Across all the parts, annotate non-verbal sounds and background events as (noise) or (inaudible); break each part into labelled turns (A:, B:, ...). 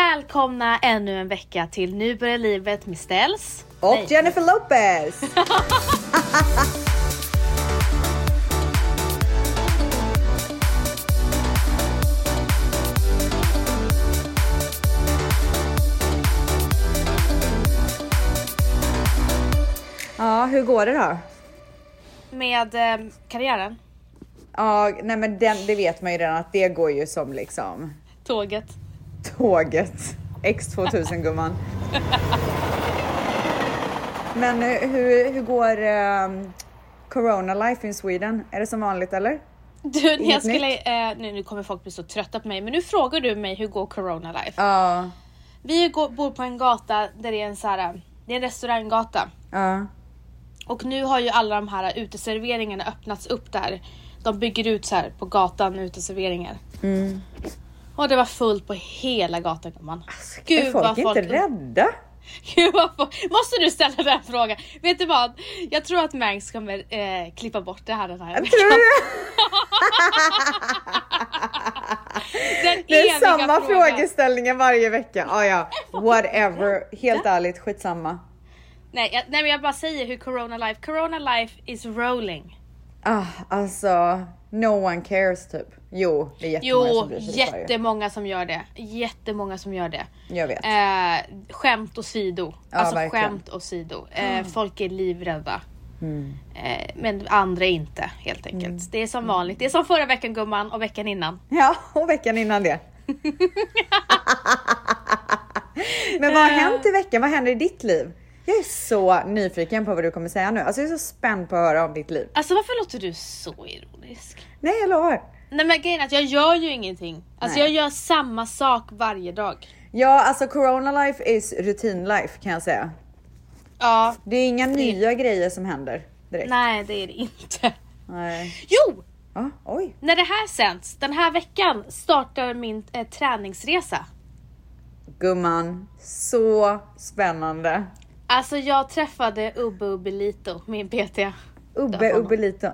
A: Välkomna ännu en vecka till Nu börjar livet med Ställs.
B: Och
A: Nej.
B: Jennifer Lopez! ja, hur går det då?
A: Med eh, karriären,
B: Ja, nej men den, det vet man ju redan att det går ju som liksom
A: tåget.
B: tåget. X2000 gumman. Men eh, hur, hur går um, Corona life in Sweden? Är det som vanligt eller?
A: Du, när jag
B: Inget
A: skulle, eh, nu, nu kommer folk bli så trötta på mig, men nu frågar du mig hur går corona life?
B: Ja.
A: Vi går, bor på en gata där det är en så här, det är en restauranggata.
B: Ja.
A: Och nu har ju alla de här uteserveringarna öppnats upp där. De bygger ut så här på gatan, uteserveringar. Mm. Och det var fullt på hela gatan gumman.
B: är folk inte rädda?
A: Gud vad folk... Måste du ställa den frågan? Vet du vad? Jag tror att Mangs kommer eh, klippa bort det här den här
B: Tror du det?
A: (laughs) Den
B: Det är
A: eviga
B: samma
A: frågan.
B: frågeställningar varje vecka. Ah, ja, whatever. Helt ärligt, skitsamma.
A: Nej, jag, nej men jag bara säger hur corona life, corona life is rolling.
B: Ah, alltså, no one cares typ. Jo, det är jättemånga som
A: Jo,
B: bryr sig. det sa jag ju.
A: jättemånga som gör det. Jättemånga som gör det.
B: Jag vet.
A: Eh, skämt åsido.
B: Ja,
A: alltså
B: verkligen. Mm.
A: skämt åsido. Eh, Folk är livrädda. Eh, men andra är inte helt enkelt.
B: Mm.
A: Det är som vanligt. Det är som förra veckan gumman och veckan innan.
B: Ja, och veckan
A: (laughs)
B: innan det. Men
A: Eh.
B: vad har hänt i veckan? Vad händer i ditt liv? Jag är så nyfiken på vad du kommer säga nu. Alltså jag är så spänd på att höra om ditt liv.
A: Alltså varför låter du så ironisk?
B: Nej, jag lovar.
A: Nej men grejen är att jag gör ju ingenting. Alltså
B: Nej.
A: jag gör samma sak varje dag.
B: Ja, alltså corona life is rutin life kan jag säga.
A: Ja,
B: Det är inga nya grejer som händer direkt.
A: nej det är det inte.
B: Nej.
A: Jo!
B: Ah, oj.
A: När det här sänds, den här veckan startar min eh, träningsresa.
B: Gumman, så spännande.
A: Alltså jag träffade Ubbe Ubbelito, min PT.
B: Ubbe
A: Döpa honom.
B: Ubbelito.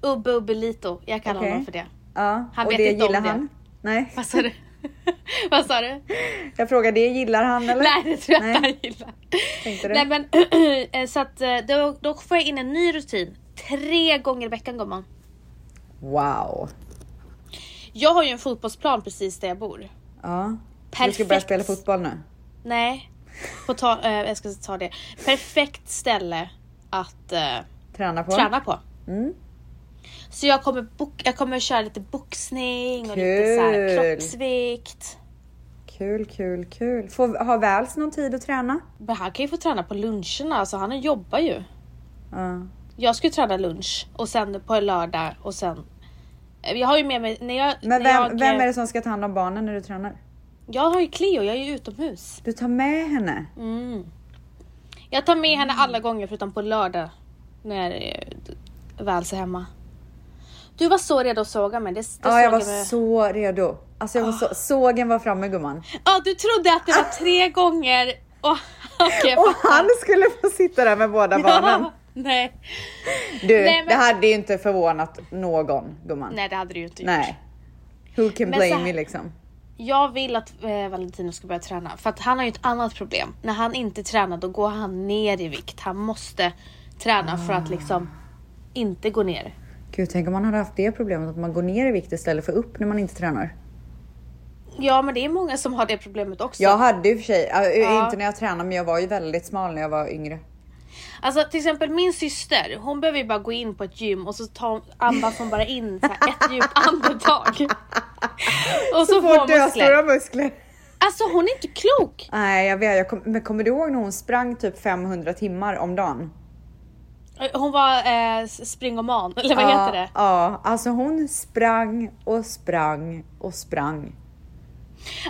A: Ubbe Ubbelito, jag kallar
B: Okej.
A: honom för det.
B: Ja,
A: Han
B: och
A: vet
B: det
A: inte om
B: gillar
A: det.
B: han. Nej,
A: Vad sa du? (laughs) Vad sa du?
B: jag frågar det gillar han eller?
A: Nej det tror jag
B: Nej.
A: inte han gillar.
B: Tänkte du?
A: Nej men (clears throat) eh, så att eh, då, då får jag in en ny rutin. Tre gånger i veckan gumman.
B: Wow.
A: Jag har ju en fotbollsplan precis där jag bor.
B: Ja. Du ska börja
A: Perfekt.
B: spela fotboll nu.
A: Nej, på ta, eh, jag ska ta det. Perfekt ställe att eh,
B: Träna på.
A: träna på.
B: Mm.
A: Så jag kommer, bok, jag kommer köra lite boxning och lite så här
B: Kul.
A: kroppsvikt.
B: Kul, kul, kul. Får, har Väls någon tid att träna?
A: Men han kan ju få träna på luncherna, alltså han jobbar ju.
B: Ja.
A: Jag ska ju träna lunch och sen på en lördag och sen... Eh, Jag har ju med mig... När jag,
B: Men
A: när jag,
B: vem, vem är det som ska ta hand om barnen när du tränar?
A: jag har ju Cleo, jag är ju utomhus.
B: Du tar med henne.
A: Mm. Jag tar med henne
B: Mm.
A: alla gånger förutom på lördag när eh, Vals är hemma. Du var så redo att såga mig. Det, det
B: Ja,
A: såg
B: jag var
A: mig.
B: så redo. Alltså jag var
A: Ah.
B: så, sågen var framme gumman.
A: Ja, du trodde att det var
B: Ah!
A: tre gånger. (laughs) Oh, okay,
B: Och han skulle få sitta där med
A: (laughs)
B: båda barnen.
A: nej.
B: Du,
A: Nej, men-
B: det hade ju inte förvånat någon gumman.
A: nej, det hade du ju inte gjort.
B: Nej. Who can
A: Men så
B: blame
A: här-
B: me liksom?
A: Jag vill att eh, Valentino ska börja träna för att han har ju ett annat problem. När han inte tränar då går han ner i vikt. Han måste träna för
B: Ah.
A: att liksom inte gå ner.
B: Gud, tänk om man hade haft det problemet att man går ner i vikt istället för upp när man inte tränar.
A: Ja, men det är många som har det problemet också.
B: Jag hade ju för sig, äh,
A: Ja.
B: inte när jag tränade, men jag var ju väldigt smal när jag var yngre.
A: Alltså till exempel min syster, hon behöver ju bara gå in på ett gym och så tar, andas hon bara in så här, ett djupt andetag.
B: (laughs)
A: Och så, får hon
B: Fort jag har
A: muskler.
B: stora muskler.
A: Alltså hon är inte klok!
B: Nej, jag vet. Jag kom, men kommer du ihåg när hon sprang typ 500 timmar om dagen?
A: Hon var eh, s- springoman, eller vad
B: ja,
A: heter det?
B: Ja, alltså hon sprang och sprang och sprang.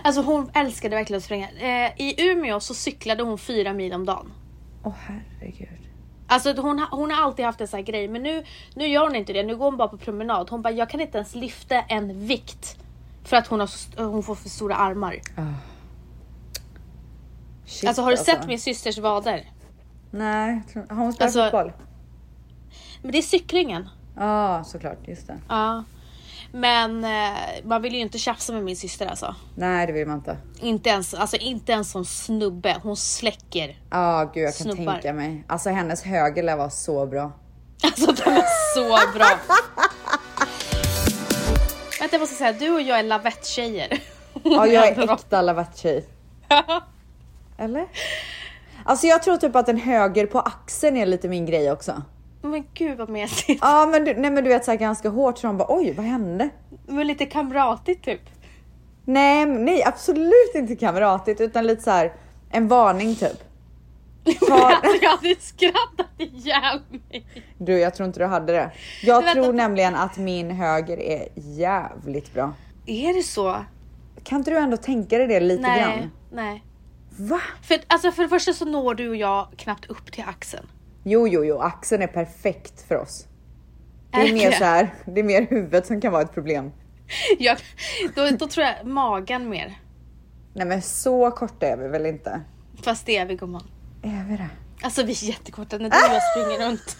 A: Alltså hon älskade verkligen att springa. Eh, I Umeå så cyklade hon fyra mil om dagen.
B: Åh herregud.
A: Alltså hon, ha- hon har alltid haft en sån här grej men nu, nu gör hon inte det, nu går hon bara på promenad. Hon bara jag kan inte ens lyfta en vikt. För att hon, har, så st- hon får för stora armar.
B: Shit,
A: alltså har du sett min systers vader?
B: Nej, jag tror- har hon spelat
A: Alltså-
B: fotboll?
A: Men det är cyklingen.
B: Ja, såklart. Just det.
A: Ja. Men eh, man vill ju inte tjafsa med min syster alltså.
B: Nej det vill man inte.
A: Inte ens, alltså, inte ens som snubbe. Hon släcker. (laughs)
B: Ja gud jag kan
A: Snubbar.
B: tänka mig. Alltså hennes höger lär vara så bra.
A: Alltså den var så bra. Vänta jag måste säga, du och jag är lavett-tjejer. (laughs)
B: Ja jag är äkta Lavatji. Eller? Alltså jag tror typ att en höger på axeln är lite min grej också.
A: Men gud vad mesigt.
B: Ja men du, nej, men du vet såhär ganska hårt så de bara oj vad hände?
A: Men lite kamratigt typ.
B: Nej, men nej absolut inte kamratigt utan lite så här en varning typ.
A: (laughs)
B: Ta,
A: Alltså jag hade skrattat ihjäl mig.
B: du jag tror inte du hade det. Jag
A: Men vänta.
B: tror nämligen att min höger är jävligt bra.
A: Är det så?
B: Kan inte du ändå tänka dig det lite
A: Nej.
B: grann?
A: Nej.
B: Va?
A: För, alltså, för det första så når du och jag knappt upp till axeln.
B: Jo jo jo axeln är perfekt för oss. Det
A: Är
B: är
A: det
B: mer
A: det?
B: så här, det är mer huvudet som kan vara ett problem.
A: (laughs) Jag, då, då tror jag magen mer.
B: Nej men så korta är vi väl inte?
A: Fast det är vi gumman.
B: Är vi det?
A: Alltså vi är jättekorta när du och jag springer
B: (laughs)
A: runt.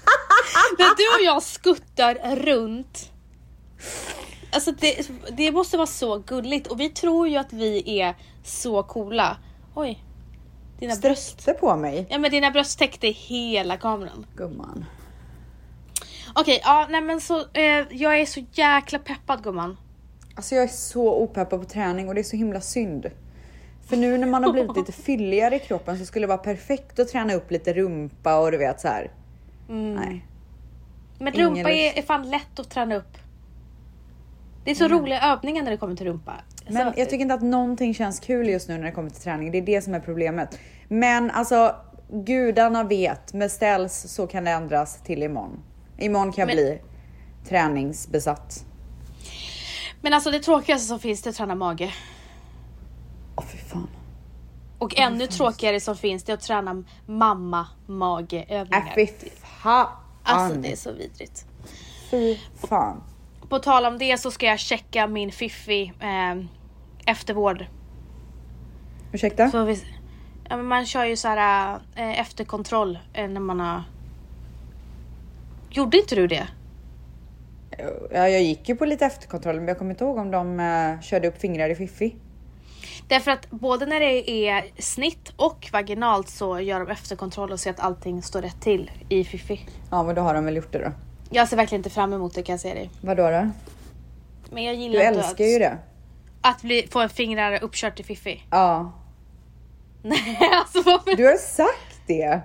A: när du och jag skuttar runt. Alltså det, det måste vara så gulligt och vi tror ju att vi är så coola. Oj. Dina bröst.
B: Sträckte på mig.
A: Ja men dina bröst täckte hela kameran.
B: Gumman.
A: Okej, ja nej men så eh, jag är så jäkla peppad gumman.
B: Alltså jag är så opeppad på träning och det är så himla synd. För nu när man har
A: (laughs)
B: blivit lite fylligare i kroppen så skulle det vara perfekt att träna upp lite rumpa och du vet så här.
A: Mm.
B: Nej.
A: Men
B: Ingen
A: rumpa är,
B: lust.
A: är fan lätt att träna upp. Det är så roliga övningar när det kommer till rumpa.
B: Mm. Men
A: så,
B: jag tycker inte att någonting känns kul just nu när det kommer till träning. Det är det som är problemet. Men alltså gudarna vet, med ställs så kan det ändras till imorgon. Imorgon kan jag
A: Men-
B: bli träningsbesatt.
A: men alltså det tråkigaste som finns det är att träna mage.
B: Åh fy fan.
A: Och ännu tråkigare som finns det är att träna mamma
B: Äh,
A: mageövningar.
B: fy fan.
A: Alltså det är så vidrigt.
B: Fy fan.
A: På tal om det så ska jag checka min fiffi eh, eftervård.
B: Ursäkta?
A: Så vi, ja, men man kör ju så här eh, efterkontroll eh, när man har... Gjorde inte du det?
B: Ja, jag gick ju på lite efterkontroll men jag kommer inte ihåg om de eh, körde upp fingrar i fiffi.
A: Därför att både när det är snitt och vaginalt så gör de efterkontroll och ser att allting står rätt till i fiffi.
B: Ja men då har de väl gjort det då.
A: Jag ser verkligen inte fram emot det kan jag säga dig.
B: Vadå då?
A: Men jag gillar
B: Du
A: inte
B: älskar ju
A: att,
B: det.
A: att bli, få en fingrar uppkört i fiffi. (laughs)
B: Ja.
A: Nej alltså varför?
B: Du har sagt det.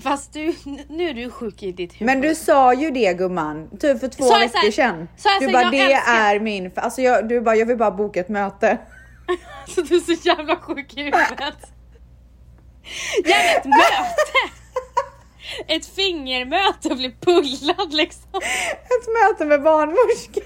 A: Fast du, nu är du sjuk i ditt huvud. (laughs)
B: Men du sa ju det gumman, typ för två
A: Sa jag så här-
B: veckor sedan.
A: sa jag
B: du
A: så här,
B: bara
A: jag
B: det
A: älskar-
B: är min, alltså jag, du bara jag vill bara boka ett möte. (laughs)
A: Så Alltså, du är så jävla sjuk i huvudet. Jävla ett möte! Ett fingermöte och bli pullad liksom.
B: Ett möte med barnmorska.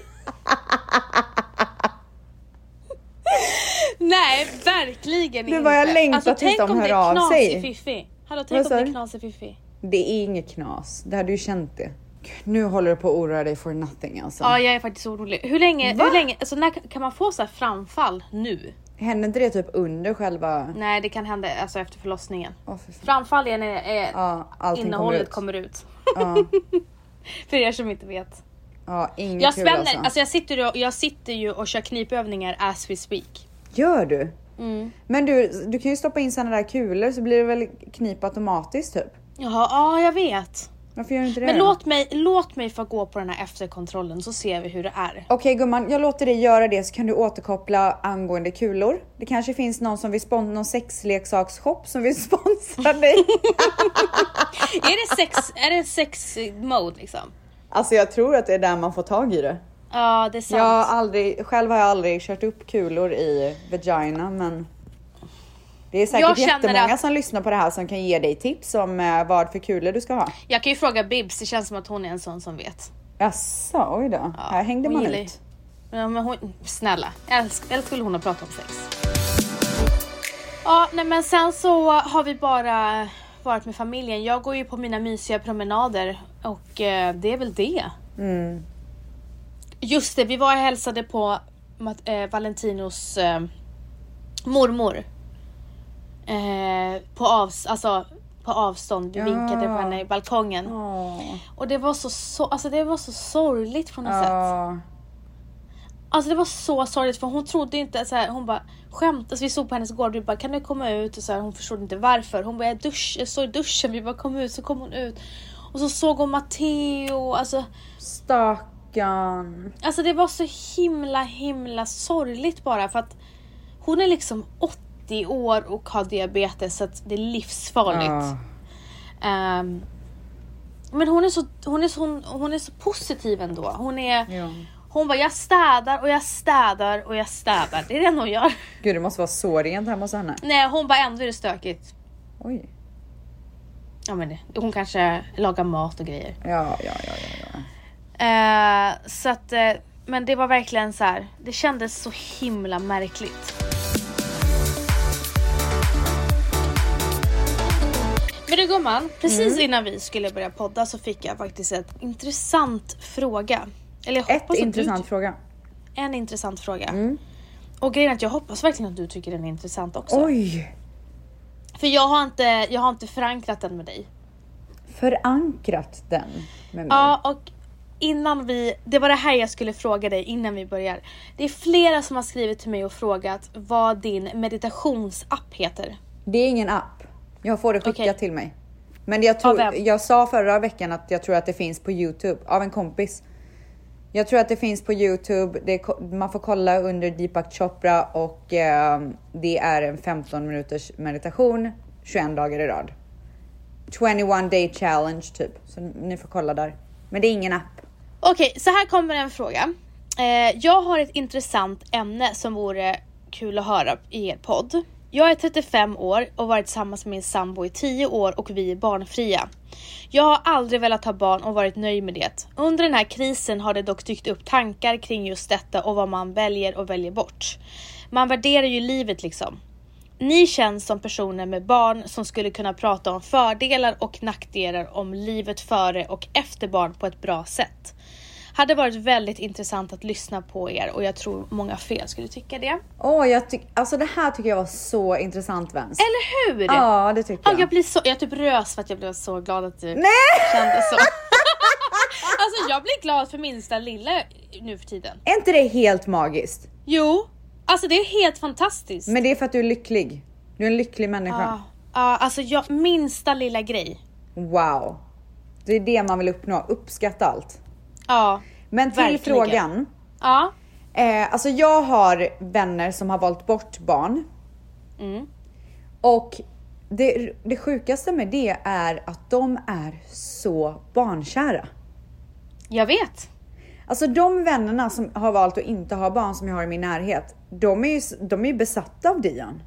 A: Nej, verkligen
B: Du
A: inte. Alltså,
B: bara, jag längtar tills
A: tänk
B: de
A: om
B: hör
A: det är
B: av
A: knas
B: sig.
A: i fiffi. Hallå,
B: Vad
A: tänk
B: sa
A: om det
B: du?
A: är knas i fiffi.
B: Det är inget knas, det hade du ju känt det. Gud, nu håller du på att oroa dig for nothing alltså.
A: Ja, jag är faktiskt orolig. Hur länge,
B: Va?
A: hur länge, alltså när kan man få så här framfall nu?
B: Händer inte det typ under själva...
A: Nej, det kan hända alltså efter förlossningen.
B: Åh för fan.
A: Framfall är när är
B: Ja, allting
A: innehållet
B: kommer ut.
A: kommer ut.
B: Ja,
A: (laughs) För er som inte vet.
B: ja, inget
A: Jag
B: kul
A: spänner,
B: alltså.
A: alltså. jag, sitter ju, jag sitter ju och kör knipövningar as we speak.
B: Gör du?
A: Mm.
B: Men du, du kan ju stoppa in såna där kulor så blir det väl knip automatiskt typ?
A: Jaha, ja jag vet.
B: Varför gör du inte det
A: Men
B: då?
A: låt mig, låt mig få gå på den här efterkontrollen så ser vi hur det är.
B: Okej gumman, jag låter dig göra det så kan du återkoppla angående kulor. Det kanske finns någon som vill sponsra, någon sexleksaksshop som vill (laughs) sponsra dig.
A: är det sex, är det sex mode liksom?
B: alltså jag tror att det är där man får tag i det.
A: Ja det är sant.
B: Jag har aldrig, själv har jag aldrig kört upp kulor i vagina men det är
A: Jag
B: säkert
A: känner
B: jättemånga
A: att-
B: som lyssnar på det här som kan ge dig tips om eh, vad för kulor du ska ha.
A: Jag kan ju fråga Bibs, det känns som att hon är en sån som vet.
B: Jaså, oj då. här hängde
A: hon
B: man
A: gillar ju-
B: ut.
A: Ja, men hon, snälla, älsk, älsk vill hon ha pratat om sex. Ja nej men sen så har vi bara varit med familjen. Jag går ju på mina mysiga promenader och eh, det är väl det.
B: Mm.
A: Just det, vi var och hälsade på Mat- eh, Valentinos eh, mormor. Eh, på, avs- alltså, på avstånd, vi
B: Ja.
A: vinkade på henne i balkongen.
B: Åh.
A: Och det var så, så, alltså, det var så sorgligt på något sätt.
B: Ja.
A: Alltså det var så sorgligt för hon trodde inte så här, hon bara skämt. Alltså vi såg på hennes gård, vi bara kan du komma ut? Och så här, hon förstod inte varför. Hon bara jag, dusch, jag står i duschen, vi bara kom ut, så kom hon ut. Och så såg hon Matteo, alltså,
B: Stackarn.
A: alltså det var så himla himla sorgligt bara för att hon är liksom 80 år och har diabetes så att det är livsfarligt.
B: Ja.
A: Ehm, men hon är, så, hon, är så, hon, hon är så positiv ändå. Hon är...
B: Ja.
A: Hon bara, jag städar och jag städar och jag städar. Det är det hon gör.
B: Gud det måste vara så rent hemma hos henne.
A: Nej, hon bara, ändå är det stökigt.
B: Oj.
A: Ja, men det- hon kanske lagar mat och grejer.
B: Ja, ja, ja, ja. ja.
A: Eh, så att, eh, men det var verkligen så här. Det kändes så himla märkligt. Men du gumman, precis
B: Mm.
A: innan vi skulle börja podda så fick jag faktiskt en intressant fråga. Eller jag hoppas
B: Ett
A: att
B: intressant
A: Du,
B: fråga.
A: en intressant fråga.
B: Mm.
A: Och grejen är att jag hoppas verkligen att du tycker den är intressant också.
B: Oj!
A: För jag har, inte, jag har inte förankrat den med dig.
B: Förankrat den med mig.
A: Ja, och innan vi... Det var det här jag skulle fråga dig innan vi börjar. Det är flera som har skrivit till mig och frågat vad din meditationsapp heter.
B: Det är ingen app. Jag får det skickat
A: Okej.
B: till mig. Men jag, tror,
A: Av vem?
B: jag sa förra veckan att jag tror att det finns på Youtube av en kompis. Jag tror att det finns på Youtube. Det är, ko- man får kolla under Deepak Chopra och ehm, det är en 15 minuters meditation 21 dagar i rad. 21 day challenge typ. Så ni får kolla där. Men det är ingen app.
A: Okej, så här kommer en fråga. Eh, jag har ett intressant ämne som vore kul att höra i er podd. Jag är 35 år och varit tillsammans med min sambo i 10 år och vi är barnfria. Jag har aldrig velat ha barn och varit nöjd med det. Under den här krisen har det dock dykt upp tankar kring just detta och vad man väljer och väljer bort. Man värderar ju livet liksom. Ni känns som personer med barn som skulle kunna prata om fördelar och nackdelar om livet före och efter barn på ett bra sätt. Hade varit väldigt intressant att lyssna på er och jag tror många fler skulle tycka det.
B: Åh, jag tyck, alltså det här tycker jag var så intressant Vens.
A: Eller hur?
B: Ja, det tycker
A: Ja,
B: jag.
A: jag, blir så, jag typ rös för att jag blev så glad att du kände
B: (laughs)
A: så. alltså jag blir glad för minsta lilla nu för tiden.
B: Är inte det helt magiskt?
A: Jo, alltså det är helt fantastiskt.
B: Men det är för att du är lycklig. Du är en lycklig människa.
A: Ja, ja, alltså jag, minsta lilla grej.
B: Wow. Det är det man vill uppnå. Uppskatta allt.
A: Ja,
B: Men till
A: Verkligen.
B: frågan.
A: ja,
B: Eh, alltså jag har vänner som har valt bort barn.
A: Mm.
B: Och det, det sjukaste med det är att de är så barnkära.
A: jag vet.
B: Alltså de vännerna som har valt att inte ha barn som jag har i min närhet. De är ju, s- de är ju besatta av Dion.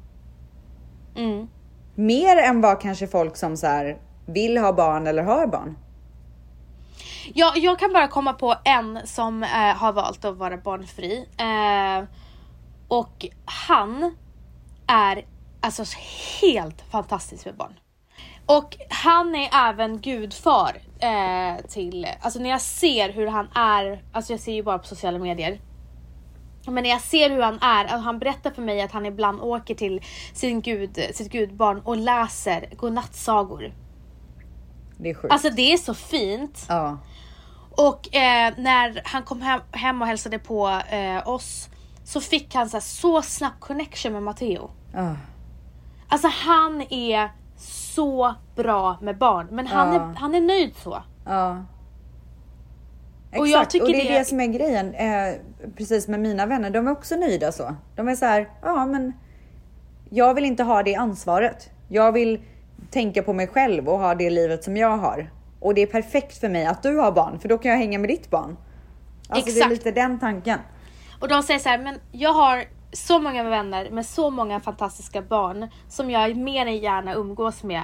A: Mm.
B: Mer än vad kanske folk som så här vill ha barn eller har barn.
A: Ja, jag kan bara komma på en som eh, har valt att vara barnfri. Eh, och han är alltså helt fantastisk med barn. Och han är även gudfar eh, till, alltså när jag ser hur han är, alltså jag ser ju bara på sociala medier. Men när jag ser hur han är, alltså han berättar för mig att han ibland åker till sin gud, sitt gudbarn och läser godnattsagor.
B: Det är sjukt.
A: Alltså det är så fint.
B: ja.
A: Och eh, när han kom hem, hem och hälsade på eh, oss så fick han så, här, så snabb connection med Matteo.
B: Ah.
A: Alltså han är så bra med barn men han,
B: Ja.
A: är, han är nöjd så.
B: Ja. Exakt.
A: Och
B: Och,
A: jag tycker
B: det är det...
A: det-
B: som är grejen. Eh, precis med mina vänner, de är också nöjda så. De är så här, ja men jag vill inte ha det ansvaret. Jag vill tänka på mig själv och ha det livet som jag har. Och det är perfekt för mig att du har barn, för då kan jag hänga med ditt barn. Alltså det är
A: Exakt.
B: lite den tanken.
A: Och de säger så här, men jag har så många vänner med så många fantastiska barn som jag mer än gärna umgås med.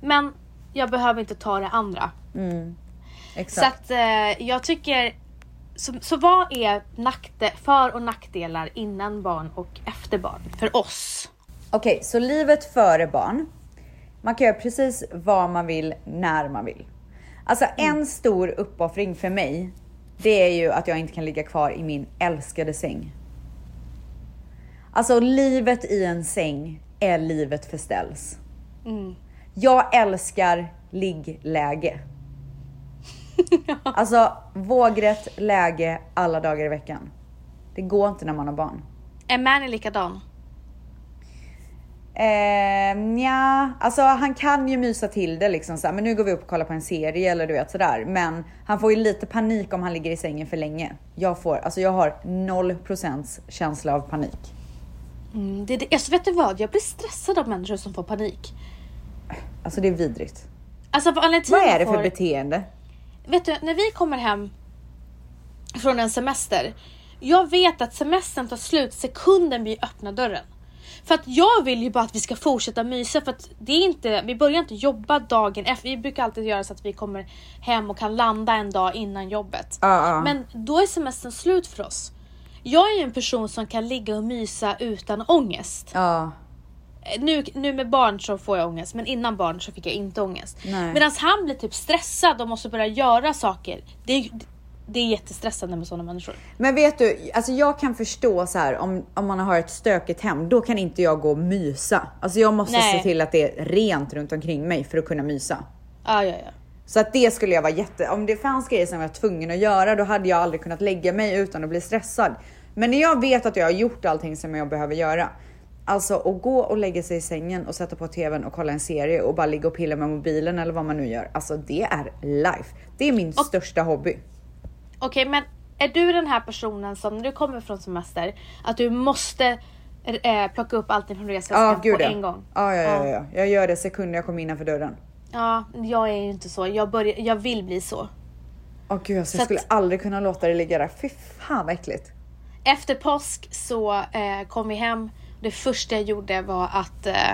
A: Men jag behöver inte ta det andra. Så
B: Exakt.
A: att eh, jag tycker, så, så vad är nackde, för och nackdelar innan barn och efter barn för oss?
B: Okej, så livet före barn. Man kan göra precis vad man vill när man vill. Alltså en stor uppoffring för mig, det är ju att jag inte kan ligga kvar i min älskade säng. Alltså livet i en säng är livet för ställs. Mm. Jag älskar liggläge. Alltså vågrätt läge alla dagar i veckan. Det går inte när man har barn.
A: Är Mani likadan?
B: Eh, ja, alltså han kan ju mysa till det liksom så här, men nu går vi upp och kollar på en serie eller du vet sådär. Men han får ju lite panik om han ligger i sängen för länge. Jag får, alltså jag har 0% känsla av panik.
A: Mm, det, det, alltså vet du vad? Jag blir stressad av människor som får panik.
B: Alltså det är vidrigt.
A: Alltså på anledningen till
B: Vad
A: att jag
B: är det för
A: får-
B: beteende?
A: Vet du, när vi kommer hem från en semester. Jag vet att semestern tar slut sekunden vi öppnar dörren. För att jag vill ju bara att vi ska fortsätta mysa för att det är inte, vi börjar inte jobba dagen efter. Vi brukar alltid göra så att vi kommer hem och kan landa en dag innan jobbet.
B: Ja, ja.
A: Men då är semestern slut för oss. Jag är ju en person som kan ligga och mysa utan ångest.
B: Ja,
A: Eh, nu, nu med barn så får jag ångest men innan barn så fick jag inte ångest.
B: Nej.
A: Medan han blir typ stressad och måste börja göra saker. Det, är- det är jättestressande med sådana människor.
B: Men vet du, alltså jag kan förstå så här om, om man har ett stökigt hem, då kan inte jag gå och mysa. Alltså jag måste
A: Nej.
B: se till att det är rent runt omkring mig för att kunna mysa.
A: Ah, ja, ja.
B: Så att det skulle jag vara jätte, om det fanns grejer som jag var tvungen att göra, då hade jag aldrig kunnat lägga mig utan att bli stressad. Men när jag vet att jag har gjort allting som jag behöver göra, alltså att gå och lägga sig i sängen och sätta på tvn och kolla en serie och bara ligga och pilla med mobilen eller vad man nu gör. Alltså det är life. Det är min största hobby.
A: Okej men är du den här personen som när du kommer från semester att du måste eh, plocka upp allting från resväskan
B: Ja, gud
A: på
B: ja.
A: en gång?
B: Ja, ja, ja, ja. Jag gör det sekunder jag kommer innanför dörren.
A: Ja, jag är ju inte så. Jag, börjar, jag vill bli så.
B: Åh gud, alltså,
A: Så
B: jag
A: att-
B: skulle aldrig kunna låta det ligga där. Fy fan vad äckligt.
A: Efter påsk så eh, kom vi hem. Det första jag gjorde var att eh,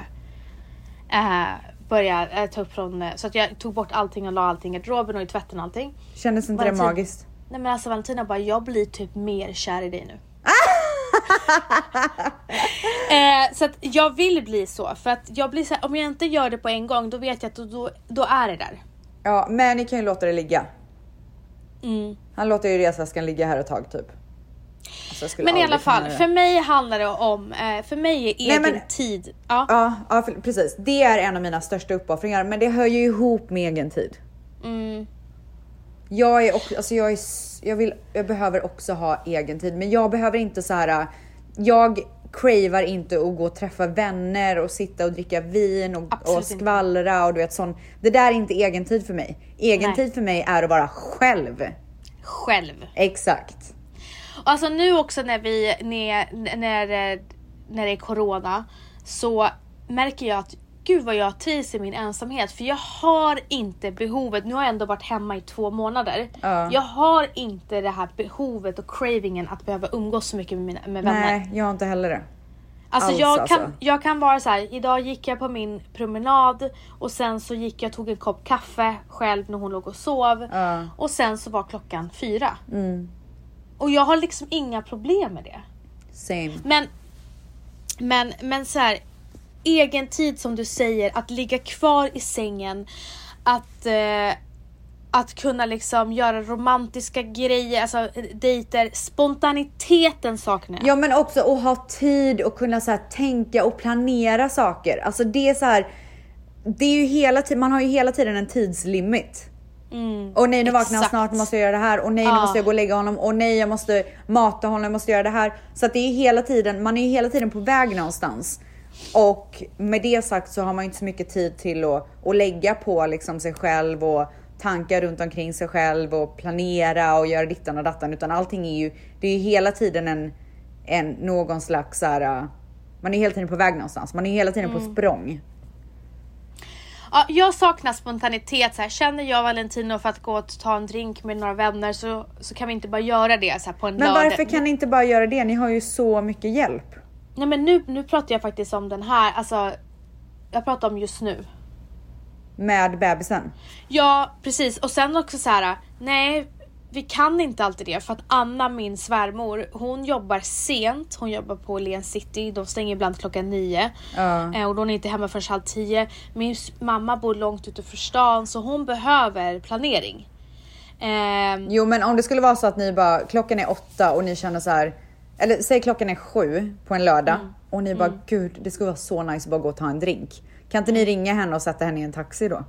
A: eh, börja eh, ta upp från... Eh, så att jag tog bort allting och la allting i garderoben och i tvätten och allting.
B: Kändes inte
A: Var
B: det
A: det tid?
B: magiskt?
A: Nej men alltså Valentina bara, jag blir typ mer kär i dig
B: (laughs)
A: nu. eh, så att jag vill bli så. För att jag blir så här, om jag inte gör det på en gång då vet jag att då, då, då är det där.
B: Ja, men ni kan ju låta det ligga.
A: Mm.
B: Han låter ju resväskan ligga här ett tag typ. Alltså, jag skulle
A: Men i
B: aldrig
A: alla
B: kunna
A: fall,
B: göra det.
A: för mig handlar det om, eh, för mig är egen
B: men-
A: tid. Ja.
B: Ja, ja för, precis. Det är en av mina största uppoffringar, men det hör ju ihop med egen tid.
A: Mm.
B: Jag är också, alltså jag är, s- jag vill, jag behöver också ha egen tid, men jag behöver inte så här. Jag cravar inte att gå och träffa vänner och sitta och dricka vin och, och
A: Absolut inte.
B: skvallra och du vet sån. Det där är inte egen tid för mig. Egen
A: Nej.
B: tid för mig är att vara själv.
A: Själv.
B: Exakt.
A: Och Alltså nu också när vi, när, när, eh, när det är corona så märker jag att gud vad jag trivs i min ensamhet för jag har inte behovet, nu har jag ändå varit hemma i två månader.
B: Ja.
A: Jag har inte det här behovet och cravingen att behöva umgås så mycket med, mina, med vänner.
B: Nej, jag har inte heller det.
A: Alltså,
B: Alls,
A: jag, kan,
B: alltså.
A: jag kan vara så här. idag gick jag på min promenad och sen så gick jag och tog en kopp kaffe själv när hon låg och sov.
B: Ja. Mm.
A: Och sen så var klockan fyra. Och jag har liksom inga problem med det.
B: Same.
A: Men, men, men så här, egen tid som du säger, att ligga kvar i sängen, att, eh, att kunna liksom göra romantiska grejer, alltså eh, dejter, spontaniteten saknar jag.
B: Ja men också att ha tid och kunna så här, tänka och planera saker. Alltså det är så här, det är ju hela tiden, man har ju hela tiden en tidslimit.
A: Mm.
B: Och nej nu vaknar han
A: Exakt.
B: snart, måste jag göra det här. Och nej nu
A: Ja.
B: måste jag gå och lägga honom. Och nej jag måste mata honom, jag måste göra det här. Så att det är hela tiden, man är ju hela tiden på väg någonstans. Och med det sagt så har man ju inte så mycket tid till att, att lägga på liksom sig själv och tankar runt omkring sig själv och planera och göra dittan och dattan. Utan allting är ju, det är ju hela tiden en, en någon slags så här, äh, man är hela tiden på väg någonstans. Man är hela tiden
A: Mm.
B: på språng.
A: Ja, jag saknar spontanitet. Så här, känner jag Valentino för att gå och ta en drink med några vänner så, så kan vi inte bara göra det så här, på en
B: Men
A: lördag.
B: varför kan ni inte bara göra det? Ni har ju så mycket hjälp.
A: Nej men nu, nu pratar jag faktiskt om den här, alltså jag pratar om just nu.
B: Med bebisen.
A: Ja precis och sen också så här. nej vi kan inte alltid det för att Anna min svärmor hon jobbar sent, hon jobbar på Lens City, de stänger ibland klockan nio
B: Ja.
A: Eh, och då är hon inte hemma förrän halv tio. Min s- mamma bor långt utanför stan så hon behöver planering. Ehm,
B: Jo men om det skulle vara så att ni bara, klockan är åtta och ni känner så här. Eller säg klockan är sju på en lördag
A: Mm.
B: och ni bara gud det skulle vara så nice att bara gå och
A: Mm.
B: ta en drink. Kan inte ni ringa henne och sätta henne i en taxi då?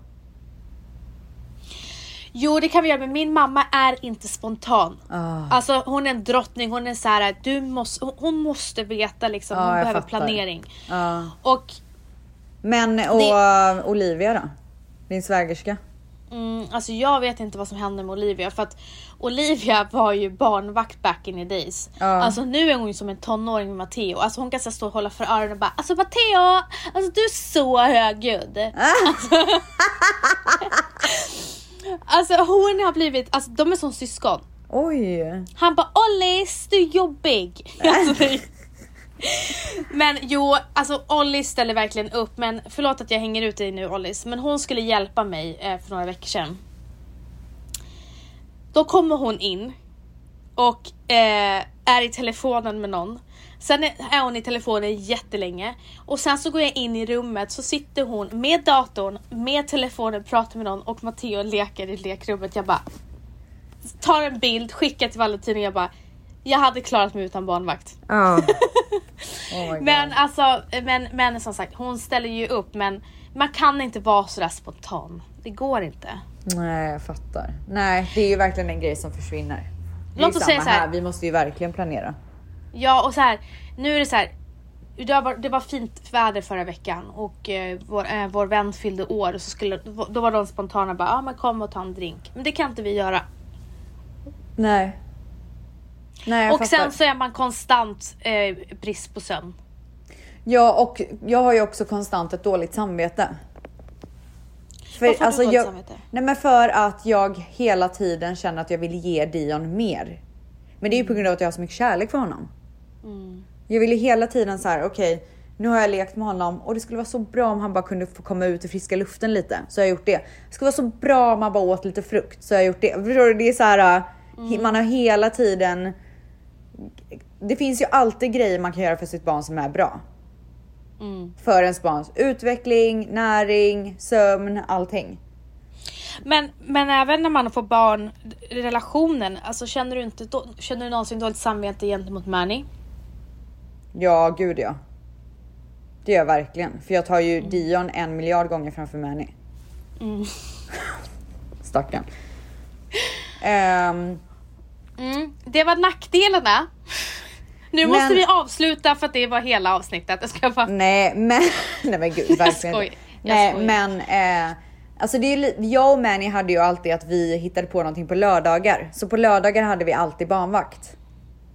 A: Jo det kan vi göra men min mamma är inte spontan.
B: Ah.
A: Alltså hon är en drottning, hon är så här, du måste, hon- hon måste veta liksom,
B: Ja,
A: hon
B: Ah, jag
A: behöver
B: fattar.
A: planering.
B: Ja.
A: Och
B: Men och eh,
A: Det-
B: Olivia då? Din svägerska?
A: Mm, alltså jag vet inte vad som hände med Olivia för att Olivia (laughs) var ju barnvakt back in the days.
B: Ja.
A: Alltså nu är hon ju som en tonåring med Matteo. Alltså hon kan så här stå och hålla för öronen och bara alltså Matteo, alltså du är så högljudd. Alltså- alltså hon har blivit, alltså de är som syskon.
B: Oj!
A: Han bara Ollis, du är jobbig. Alltså, det- men jo, alltså Ollis ställer verkligen upp. Men förlåt att jag hänger ut dig nu Ollis, men hon skulle hjälpa mig eh, för några veckor sedan. Då kommer hon in och eh, är i telefonen med någon. Sen är är hon i telefonen jättelänge och sen så går jag in i rummet så sitter hon med datorn, med telefonen, pratar med någon och Matteo leker i lekrummet. Jag bara tar en bild, skickar till Valentino jag bara jag hade klarat mig utan barnvakt.
B: Ja. (laughs) Oh my God.
A: Men alltså, men, men som sagt hon ställer ju upp men man kan inte vara sådär spontan. Det går inte.
B: Nej jag fattar. Nej det är ju verkligen en grej som försvinner. Det är
A: Låt
B: ju
A: oss
B: samma
A: säga så här.
B: Vi måste ju verkligen planera.
A: Ja och så här, nu är det så här. Det var, det var fint väder förra veckan och eh, vår, eh, vår vän fyllde år och så skulle, då var de spontana bara ah, men kom och ta en drink. Men det kan inte vi göra.
B: Nej. Nej jag
A: och
B: fattar.
A: sen så är man konstant eh, brist på sömn.
B: Ja och jag har ju också konstant ett dåligt samvete. För, alltså,
A: Varför har du dåligt
B: jag,
A: samvete?
B: Nej men för att jag hela tiden känner att jag vill ge Dion mer. Men det är ju på
A: Mm.
B: grund av att jag har så mycket kärlek för honom. Jag vill ju hela tiden så här: okej nu har jag lekt med honom och det skulle vara så bra om han bara kunde få komma ut i friska luften lite. Så har jag gjort det. Det skulle vara så bra om han bara åt lite frukt. Så har jag gjort det. Förstår du? Det är så här,
A: Mm.
B: he- man har hela tiden. Det finns ju alltid grejer man kan göra för sitt barn som är bra
A: Mm.
B: för ens barns utveckling, näring, sömn, allting.
A: Men, men även när man får barn, i relationen, alltså känner du inte då, känner du någonsin dåligt samvete gentemot Mani?
B: Ja, gud ja. Det gör jag verkligen. För jag tar ju Dion en miljard gånger framför Mani. Stackarn. Ehm,
A: Mm. Det var nackdelarna. Nu
B: Men-
A: måste vi avsluta för att det var hela avsnittet. Jag ska bara...
B: nej, men... (laughs) Nej men gud, verkligen
A: skojar.
B: inte.
A: Jag
B: Nej,
A: skojar.
B: men... Eh, alltså det är li- jag och Mani hade ju alltid att vi hittade på någonting på lördagar. Så på lördagar hade vi alltid barnvakt.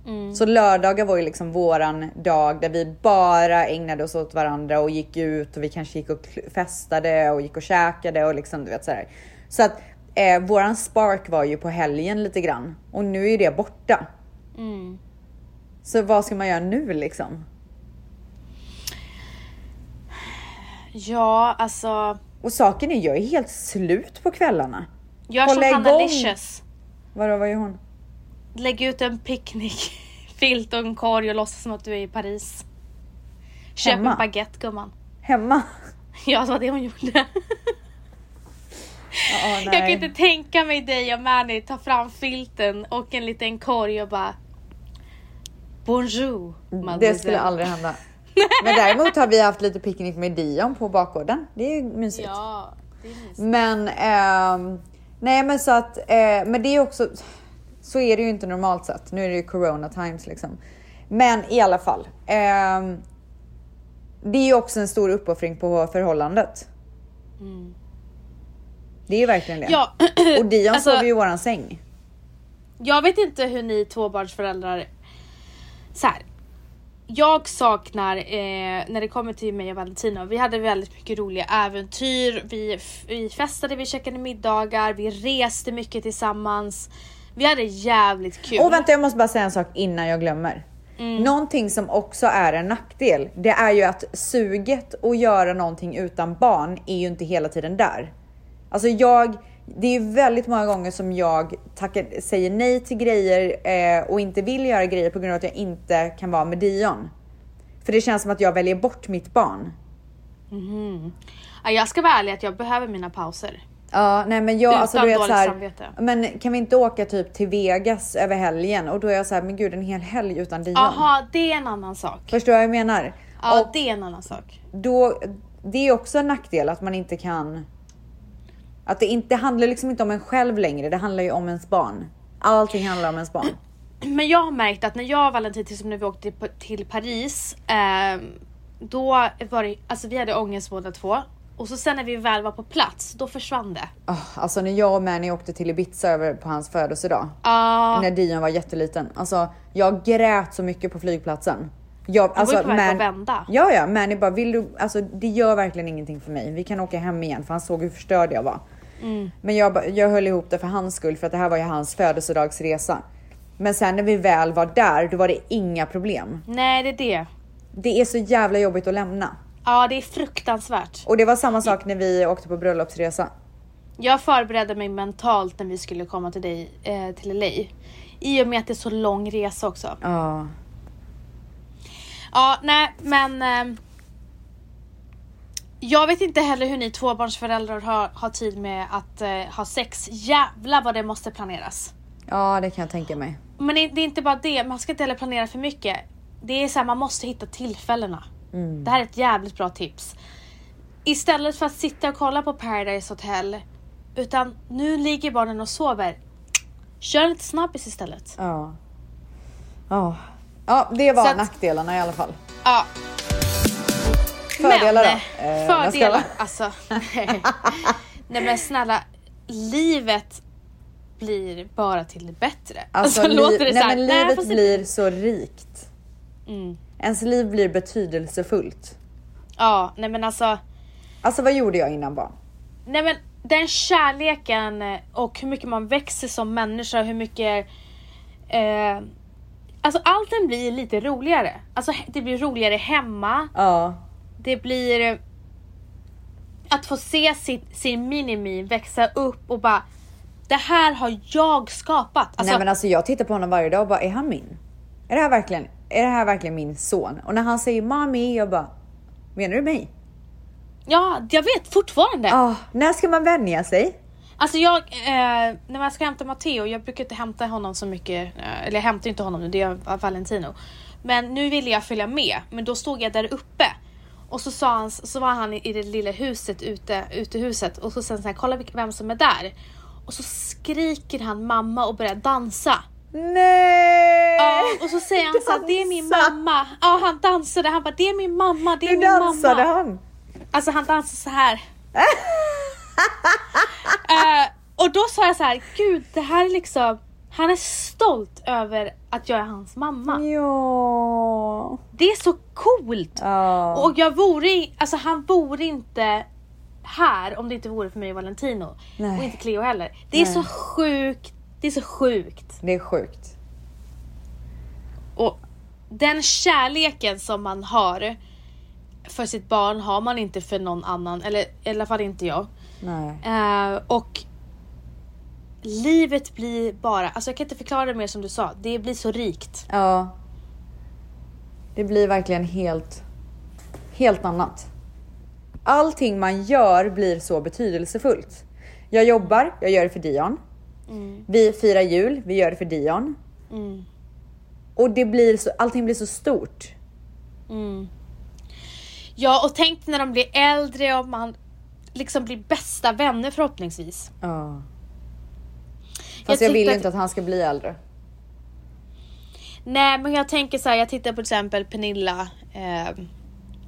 A: Mm.
B: Så lördagar var ju liksom våran dag där vi bara ägnade oss åt varandra och gick ut och vi kanske gick och kl- festade och gick och käkade och liksom du vet sådär. Så att eh, våran spark var ju på helgen lite grann och nu är ju det borta.
A: Mm.
B: Så vad ska man göra nu liksom?
A: Ja, alltså.
B: Och saken är, jag är helt slut på kvällarna.
A: Gör
B: Hålla
A: som
B: igång.
A: Hanna Licious.
B: Vadå, vad gör hon?
A: Lägg ut en picknickfilt och en korg och låtsas som att du är i Paris. Köp
B: Hemma?
A: en baguette gumman.
B: Hemma?
A: Ja, det var det hon gjorde.
B: Ja,
A: (laughs)
B: nej.
A: Jag kan inte tänka mig dig och Mani ta fram filten och en liten korg och bara Bonjour
B: Det
A: mademoiselle."
B: skulle
A: (laughs)
B: aldrig hända. Men däremot har vi haft lite picknick med Dion på bakgården. Det är ju mysigt.
A: Ja, det är mysigt.
B: Men ehm, nej, men så att eh, men det är också så är det ju inte normalt sett. Nu är det ju corona times liksom, men i alla fall. ehm, det är ju också en stor uppoffring på förhållandet. Det är ju verkligen det.
A: Mm. Ja, (clears throat)
B: Och Dion
A: alltså-
B: sover ju i våran säng.
A: jag vet inte hur ni tvåbarnsföräldrar så här. Jag saknar eh, när det kommer till mig och Valentino. Vi hade väldigt mycket roliga äventyr. Vi, vi festade, vi käkade middagar, vi reste mycket tillsammans. Vi hade jävligt kul.
B: Och vänta, jag måste bara säga en sak innan jag glömmer.
A: Mm.
B: Någonting som också är en nackdel, det är ju att suget att göra någonting utan barn är ju inte hela tiden där. Alltså jag, det är ju väldigt många gånger som jag tackar, säger nej till grejer eh, och inte vill göra grejer på grund av att jag inte kan vara med Dion. För det känns som att jag väljer bort mitt barn.
A: Ja, Jag ska vara ärlig att jag behöver mina pauser.
B: Ja, nej men jag
A: Utan
B: alltså du vet
A: dåligt
B: så här,
A: samvete.
B: men kan vi inte åka typ till Vegas över helgen? Och då är jag så här, men gud en hel helg utan Dion.
A: Jaha, det är en annan sak.
B: Förstår du vad jag menar?
A: Ja,
B: Och
A: det är en annan sak.
B: då, det är också en nackdel att man inte kan Att det inte det handlar liksom inte om en själv längre, det handlar ju om ens barn. Allting handlar om ens barn.
A: Men jag har märkt att när jag och Valentin, till som när vi åkte på- till Paris, ehm, då var det, alltså vi hade ångest båda två. Och så sen när vi väl var på plats, då försvann det.
B: Oh, alltså när jag och Mani åkte till Ibiza över på hans födelsedag.
A: Ja,
B: När Dion var jätteliten. Alltså jag grät så mycket på flygplatsen. Jag,
A: det var
B: alltså,
A: ju på väg
B: Man-
A: att vända.
B: Ja, ja, Mani bara vill du, alltså det gör verkligen ingenting för mig. Vi kan åka hem igen för han såg hur förstörd jag var.
A: Mm.
B: Men jag, bara- jag höll ihop det för hans skull för att det här var ju hans födelsedagsresa. Men sen när vi väl var där, då var det inga problem.
A: Nej, det är det.
B: Det är så jävla jobbigt att lämna.
A: Ja, det är fruktansvärt.
B: Och det var samma sak när vi åkte på bröllopsresa.
A: Jag förberedde mig mentalt när vi skulle komma till dig, eh, till LA. I och med att det är så lång resa också.
B: Ja,
A: Ja, nej, men... ehm, jag vet inte heller hur ni tvåbarnsföräldrar har, har tid med att eh, ha sex. Jävlar vad det måste planeras.
B: ja, det kan jag tänka mig.
A: Men det, det är inte bara det, man ska inte heller planera för mycket. Det är så här, man måste hitta tillfällena. Det här är ett jävligt bra tips. Istället för att sitta och kolla på Paradise Hotel, utan nu ligger barnen och sover. Kör lite snabbis istället.
B: Ja. Ja, ja det var
A: Så att-
B: nackdelarna i alla fall.
A: Ja.
B: Fördelar då?
A: men,
B: Eh, jag ska
A: fördelar,
B: bara-
A: alltså. (laughs) Nej. nej men snälla, livet blir bara till det bättre.
B: Alltså, li- nej,
A: såhär, nej,
B: men livet
A: fast det-
B: blir så rikt.
A: Mm.
B: Ens liv blir betydelsefullt.
A: Ja, nej men alltså.
B: Alltså vad gjorde jag innan barn?
A: Nej men den kärleken och hur mycket man växer som människa, hur mycket... Eh, alltså allting blir lite roligare. Alltså he- det blir roligare hemma,
B: Ja,
A: det blir... eh, Att få se sin, sin minimi växa upp och bara Det här har jag skapat. Alltså,
B: nej men alltså jag tittar på honom varje dag och bara är han min? Är det här verkligen, är det här verkligen min son? Och när han säger mami, jag bara menar du mig?
A: Ja, jag vet fortfarande.
B: Ja, när ska man vänja sig?
A: Alltså jag, eh, när man ska hämta Matteo, jag brukar inte hämta honom så mycket, eh, eller jag hämtar ju inte honom nu, det gör Valentino. Men nu ville jag följa med, men då stod jag där uppe. Och så, sa han, så var han i- i det lilla huset, ute, utehuset, och så sen så här, kolla vilk- vem som är där. Och så skriker han mamma och börjar dansa.
B: Nej!
A: Ja, och så säger han så här, det är min mamma. Ja, han dansade, han bara, det är min mamma, det är
B: Hur
A: min
B: dansade
A: mamma.
B: han?
A: Alltså han dansar så
B: (laughs)
A: här. Eh, och då sa jag så här, gud det här är liksom, han är stolt över att jag är hans mamma.
B: Ja.
A: Det är så coolt!
B: Ja.
A: Och jag vore, i- alltså han vore inte här om det inte vore för mig och Valentino.
B: Nej.
A: Och inte Cleo heller. Det är
B: Nej.
A: så sjukt, det är så sjukt.
B: Det är sjukt.
A: Och den kärleken som man har för sitt barn har man inte för någon annan, eller i alla fall inte jag.
B: Nej.
A: Eh, och livet blir bara, alltså jag kan inte förklara det mer som du sa, det blir så rikt.
B: Ja. Det blir verkligen helt, helt annat. Allting man gör blir så betydelsefullt. Jag jobbar, jag gör det för Dion. Vi firar jul, vi gör det för Dion.
A: Mm.
B: Och det blir så, allting blir så stort.
A: Ja och tänk när de blir äldre och man liksom blir bästa vänner förhoppningsvis.
B: Ja. Fast jag,
A: tyckte
B: vill ju
A: att-
B: inte att han ska bli äldre.
A: Nej men jag tänker så här, jag tittar på till exempel Pernilla eh,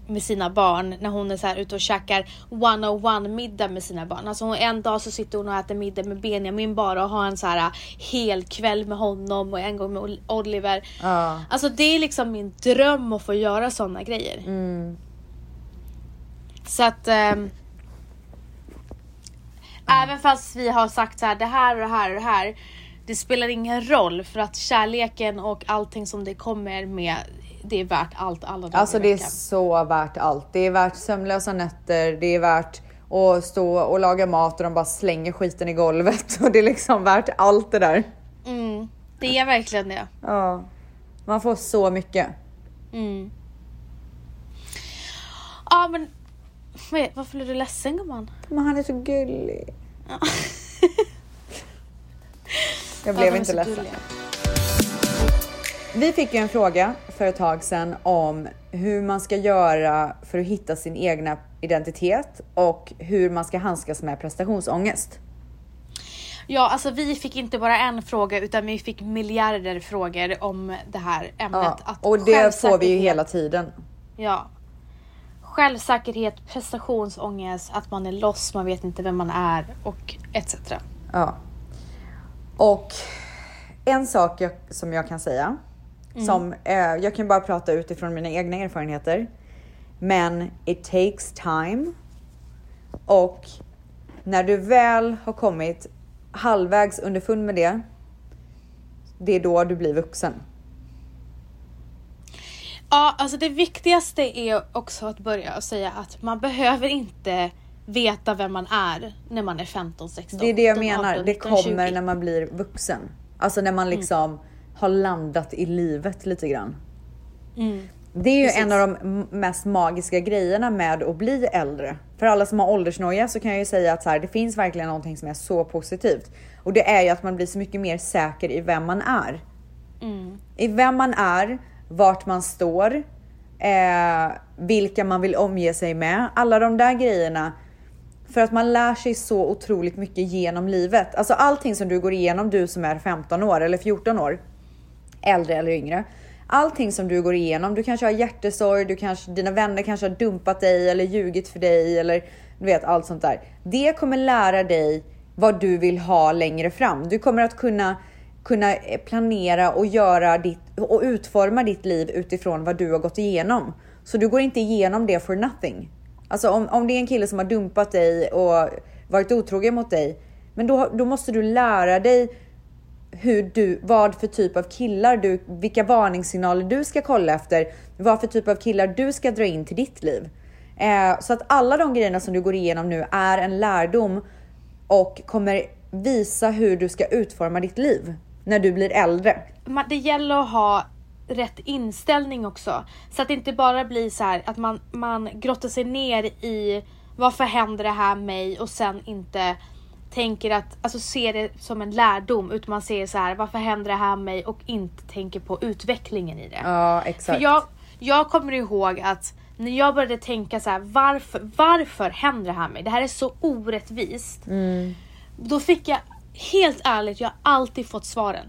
A: med sina barn när hon är så här ute och käkar one-on-one middag med sina barn. Alltså hon, en dag så sitter hon och äter middag med Benjamin bara och har en så här eh, hel kväll med honom och en gång med Ol- Oliver.
B: Ja.
A: Alltså det är liksom min dröm att få göra sådana grejer.
B: Mm.
A: Så att ehm, Även fast vi har sagt så här, det här och det här och det här. Det spelar ingen roll för att kärleken och allting som det kommer med, det är värt allt alla dagar
B: Alltså
A: i
B: det är
A: veckan.
B: så värt allt. Det är värt sömnlösa nätter, det är värt att stå och laga mat och de bara slänger skiten i golvet. (laughs) Och det är liksom värt allt det där.
A: Mm, det är verkligen det.
B: Ja. Man får så mycket.
A: Mm. Ja men, vad- varför blev du ledsen gumman?
B: Men han är så gullig.
A: Ja.
B: Jag
A: Ja, de
B: blev
A: är
B: inte
A: så
B: ledsen.
A: gulliga.
B: Vi fick ju en fråga för ett tag sedan om hur man ska göra för att hitta sin egna identitet och hur man ska handskas med prestationsångest.
A: Ja, alltså vi fick inte bara en fråga utan vi fick miljarder frågor om det här ämnet.
B: Ja, och det får vi ju
A: självsäkerhet-
B: hela tiden.
A: Ja. Självsäkerhet, prestationsångest, att man är loss, man vet inte vem man är och etc.
B: Ja. Och en sak jag, som jag kan säga, som eh, jag kan bara prata utifrån mina egna erfarenheter, men it takes time. Och när du väl har kommit halvvägs underfund med det, det är då du blir vuxen.
A: Ja, alltså det viktigaste är också att börja och säga att man behöver inte veta vem man är när man är 15, 16,
B: Det är det jag
A: 17,
B: menar,
A: 18,
B: det
A: 19, 20.
B: kommer när man blir vuxen. Alltså när man liksom har landat i livet lite grann.
A: Mm.
B: Det är ju
A: Precis.
B: en av de m- mest magiska grejerna med att bli äldre. För alla som har åldersnoja så kan jag ju säga att så här, det finns verkligen någonting som är så positivt. Och det är ju att man blir så mycket mer säker i vem man är.
A: Mm.
B: I vem man är, vart man står, eh, vilka man vill omge sig med. Alla de där grejerna. För att man lär sig så otroligt mycket genom livet. Alltså allting som du går igenom, du som är 15 år eller 14 år, äldre eller yngre. Allting som du går igenom, du kanske har hjärtesorg, du kanske, dina vänner kanske har dumpat dig eller ljugit för dig eller du vet allt sånt där. Det kommer lära dig vad du vill ha längre fram. Du kommer att kunna, kunna eh, planera och göra ditt och utforma ditt liv utifrån vad du har gått igenom. Så du går inte igenom det for nothing. Alltså om, om det är en kille som har dumpat dig och varit otrogen mot dig, men då, då måste du lära dig hur du, vad för typ av killar du, vilka varningssignaler du ska kolla efter, vad för typ av killar du ska dra in till ditt liv. Eh, så att alla de grejerna som du går igenom nu är en lärdom och kommer visa hur du ska utforma ditt liv när du blir äldre.
A: man, det gäller att ha rätt inställning också. Så att det inte bara blir så här att man, man grottar sig ner i varför händer det här mig och sen inte tänker att, alltså ser det som en lärdom utan man ser så här varför händer det här mig och inte tänker på utvecklingen i det.
B: Ja, exakt.
A: För jag, jag kommer ihåg att när jag började tänka så här, varför, varför händer det här mig? Det här är så orättvist.
B: Mm.
A: Då fick jag, helt ärligt, jag har alltid fått svaren.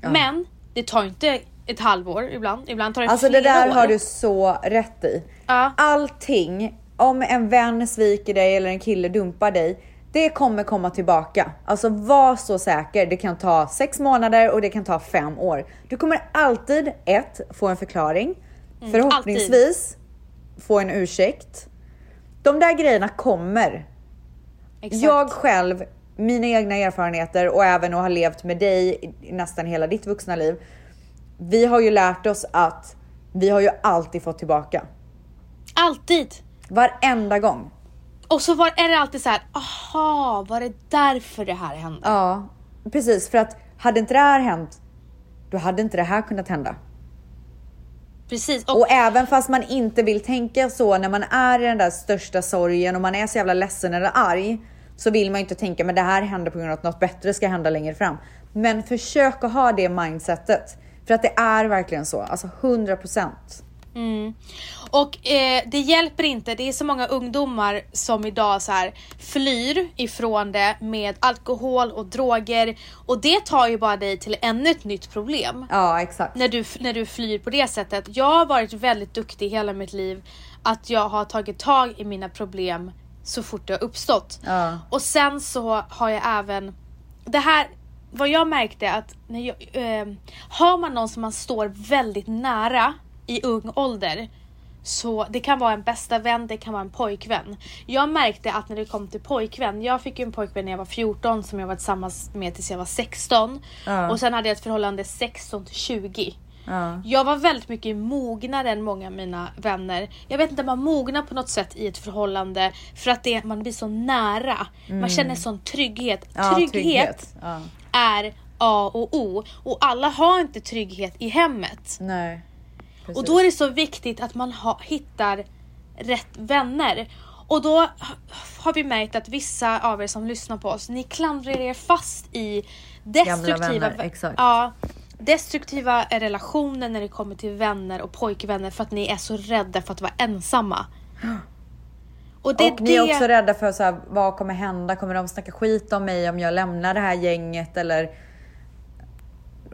A: Men det tar inte ett halvår ibland, ibland tar det
B: Alltså det
A: flera
B: där
A: år.
B: har du så rätt i.
A: Ja.
B: Allting, om en vän sviker dig eller en kille dumpar dig, det kommer komma tillbaka. Alltså var så säker. Det kan ta sex månader och det kan ta fem år. Du kommer alltid ett, få en förklaring.
A: Mm,
B: förhoppningsvis få en ursäkt. De där grejerna kommer.
A: Exakt.
B: Jag själv, mina egna erfarenheter och även att ha levt med dig i nästan hela ditt vuxna liv. Vi har ju lärt oss att vi har ju alltid fått tillbaka.
A: Alltid!
B: Varenda gång.
A: Och så var, är det alltid så här, aha, var det därför det här hände?
B: Ja, precis. För att hade inte det här hänt, då hade inte det här kunnat hända.
A: Precis, och,
B: Och även fast man inte vill tänka så när man är i den där största sorgen och man är så jävla ledsen eller arg så vill man ju inte tänka men det här händer på grund av att något bättre ska hända längre fram. Men försök att ha det mindsetet för att det är verkligen så, alltså 100%.
A: Mm. Och eh, det hjälper inte, det är så många ungdomar som idag så här flyr ifrån det med alkohol och droger och det tar ju bara dig till ännu ett nytt problem.
B: Ja, exakt.
A: När du, när du flyr på det sättet. Jag har varit väldigt duktig hela mitt liv att jag har tagit tag i mina problem så fort det har uppstått.
B: Ja.
A: Och sen så har jag även det här, vad jag märkte att när jag, eh, har man någon som man står väldigt nära i ung ålder så det kan vara en bästa vän, det kan vara en pojkvän. Jag märkte att när det kom till pojkvän, jag fick ju en pojkvän när jag var 14 som jag var tillsammans med tills jag var 16
B: Ja.
A: och sen hade jag ett förhållande 16 till 20.
B: Ja.
A: Jag var väldigt mycket mognare än många av mina vänner. Jag vet inte, man mognar på något sätt i ett förhållande för att det, man blir så nära. Man känner sån trygghet.
B: Ja,
A: trygghet.
B: Ja.
A: är A och O och alla har inte trygghet i hemmet.
B: Nej. Precis.
A: Och då är det så viktigt att man ha, hittar rätt vänner. Och då h- har vi märkt att vissa av er som lyssnar på oss, ni klamrar er fast i destruktiva,
B: vänner, exakt.
A: Ja, destruktiva relationer när det kommer till vänner och pojkvänner för att ni är så rädda för att vara ensamma. Och Och det är
B: och ni är
A: det-
B: också rädda för så här, vad kommer hända? Kommer de snacka skit om mig om jag lämnar det här gänget eller?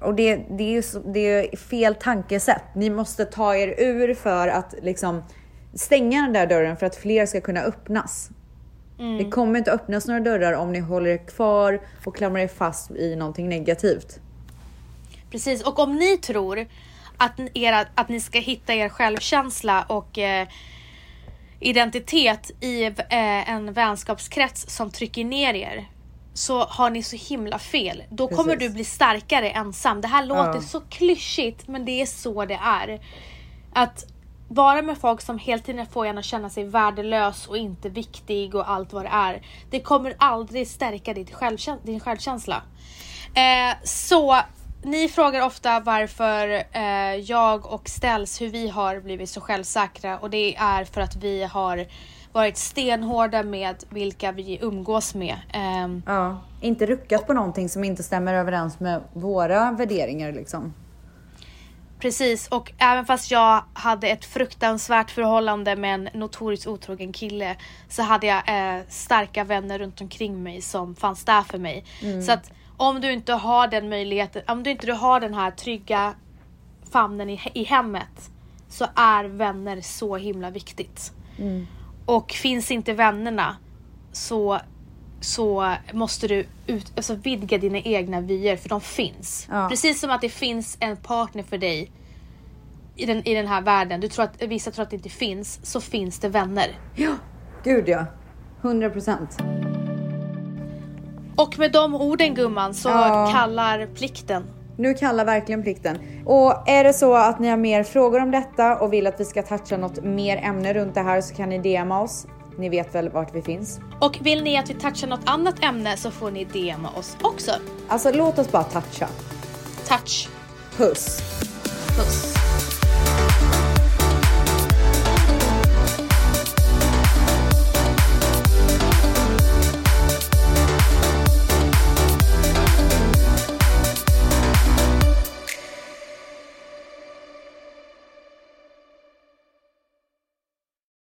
B: Och det, det är ju så, det är fel tankesätt. Ni måste ta er ur för att liksom stänga den där dörren för att fler ska kunna öppnas.
A: Mm.
B: Det kommer inte öppnas några dörrar om ni håller er kvar och klamrar er fast i någonting negativt.
A: Precis, och om ni tror att, ni- era, att ni ska hitta er självkänsla och eh, identitet i eh, en vänskapskrets som trycker ner er så har ni så himla fel. Då kommer
B: Precis.
A: du bli starkare ensam. Det här låter så klyschigt men det är så det är. Att vara med folk som hela tiden får en att känna sig värdelös och inte viktig och allt vad det är. Det kommer aldrig stärka ditt självkä- din självkänsla. Eh, så ni frågar ofta varför eh, jag och Ställs, hur vi har blivit så självsäkra och det är för att vi har varit stenhårda med vilka vi umgås med. Ehm,
B: Ja, inte ruckat på någonting som inte stämmer överens med våra värderingar liksom.
A: Precis, och även fast jag hade ett fruktansvärt förhållande med en notoriskt otrogen kille så hade jag eh, starka vänner runt omkring mig som fanns där för mig. Så att om du inte har den möjligheten, om du inte har den här trygga famnen i, i hemmet så är vänner så himla viktigt.
B: Mm.
A: Och finns inte vännerna så, så måste du ut, alltså vidga dina egna vyer för de finns.
B: Ja.
A: Precis som att det finns en partner för dig i den, i den här världen. Du tror att, vissa tror att det inte finns, så finns det vänner.
B: Ja, gud ja. 100 procent.
A: Och med de orden gumman så
B: Ja.
A: kallar plikten.
B: Nu kallar verkligen plikten. Och är det så att ni har mer frågor om detta och vill att vi ska toucha något mer ämne runt det här så kan ni DMa oss. Ni vet väl vart vi finns?
A: Och vill ni att vi touchar något annat ämne så får ni DMa oss också.
B: Alltså låt oss bara toucha.
A: Touch.
B: Puss!
A: Puss.